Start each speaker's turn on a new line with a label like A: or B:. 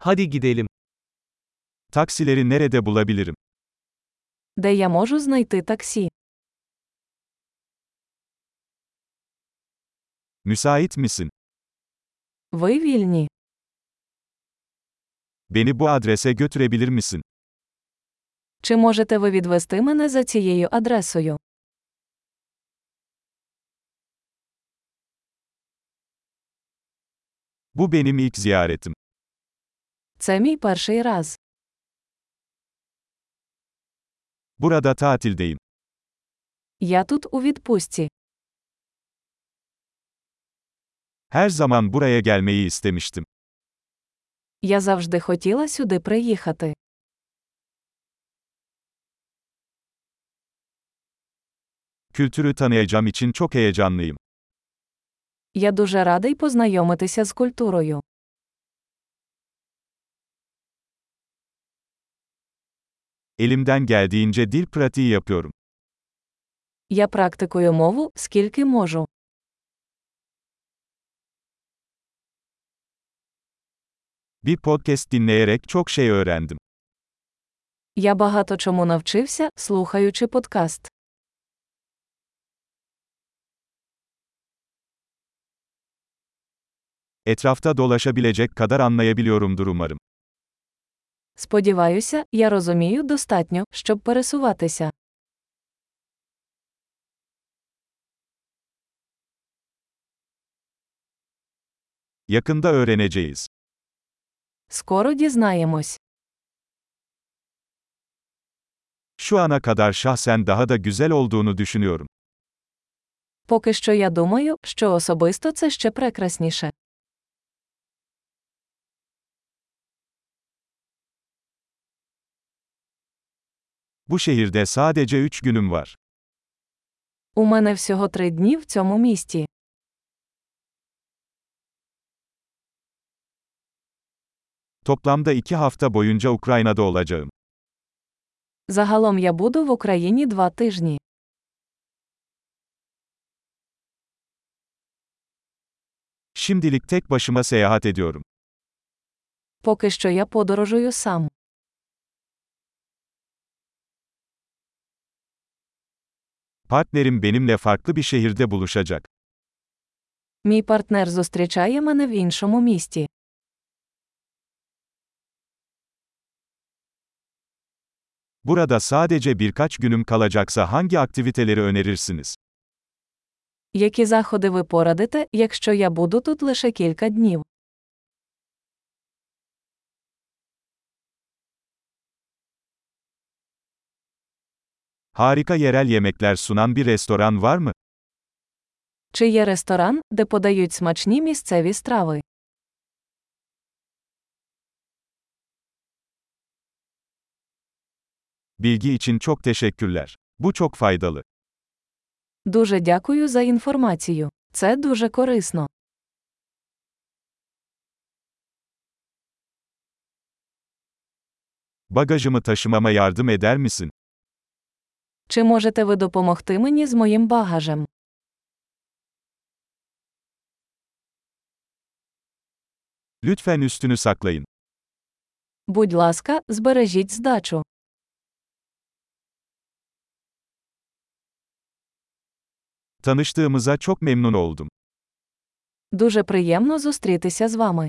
A: Hadi gidelim. Taksileri nerede bulabilirim?
B: Де я можу знайти таксі?
A: Müsait misin?
B: Ви вільні.
A: Beni bu adrese götürebilir misin?
B: Чи можете ви відвести мене за цією адресою?
A: Bu benim ilk ziyaretim.
B: Це мій перший раз.
A: Burada tatildeyim.
B: Я тут у відпустці.
A: Her zaman buraya gelmeyi istemiştim.
B: Я завжди хотіла сюди приїхати.
A: Kültürü tanıyacağım için çok heyecanlıyım.
B: Я дуже радий познайомитися з культурою.
A: Elimden geldiğince dil pratiği yapıyorum.
B: Я практикую мову, скільки можу.
A: Bir podcast dinleyerek çok şey öğrendim.
B: Я багато чому навчився, слухаючи подкаст.
A: Etrafta dolaşabilecek kadar anlayabiliyorumdur umarım.
B: Сподіваюся, я розумію достатньо, щоб пересуватися.
A: Yakında öğreneceğiz.
B: Скоро дізнаємось.
A: Şu ana kadar şahsen daha da güzel olduğunu düşünüyorum.
B: Поки що я думаю, що особисто це ще прекрасніше.
A: Bu şehirde sadece 3 günüm var.
B: У мене всього три дні в цьому місті.
A: Toplamda 2 hafta boyunca Ukrayna'da olacağım.
B: Загалом я буду в Україні два тижні.
A: Şimdilik tek başıma seyahat ediyorum.
B: Поки що я подорожую сам.
A: Partnerim benimle farklı bir şehirde buluşacak.
B: Мій партнер зустрічає мене в іншому місті.
A: Burada sadece birkaç günüm kalacaksa hangi aktiviteleri önerirsiniz?
B: Які заходи ви порадите, якщо я буду тут лише кілька днів?
A: Harika yerel yemekler sunan bir restoran var mı?
B: Чи є ресторан, де подають смачні місцеві страви?
A: Bilgi için çok teşekkürler. Bu çok faydalı.
B: Дуже дякую за інформацію. Це дуже корисно.
A: Bagajımı taşımama yardım eder misin?
B: Чи можете ви допомогти мені з моїм багажем?
A: Lütfen üstünü saklayın.
B: Будь ласка, збережіть здачу.
A: Tanıştığımıza çok memnun oldum.
B: Дуже приємно зустрітися з вами.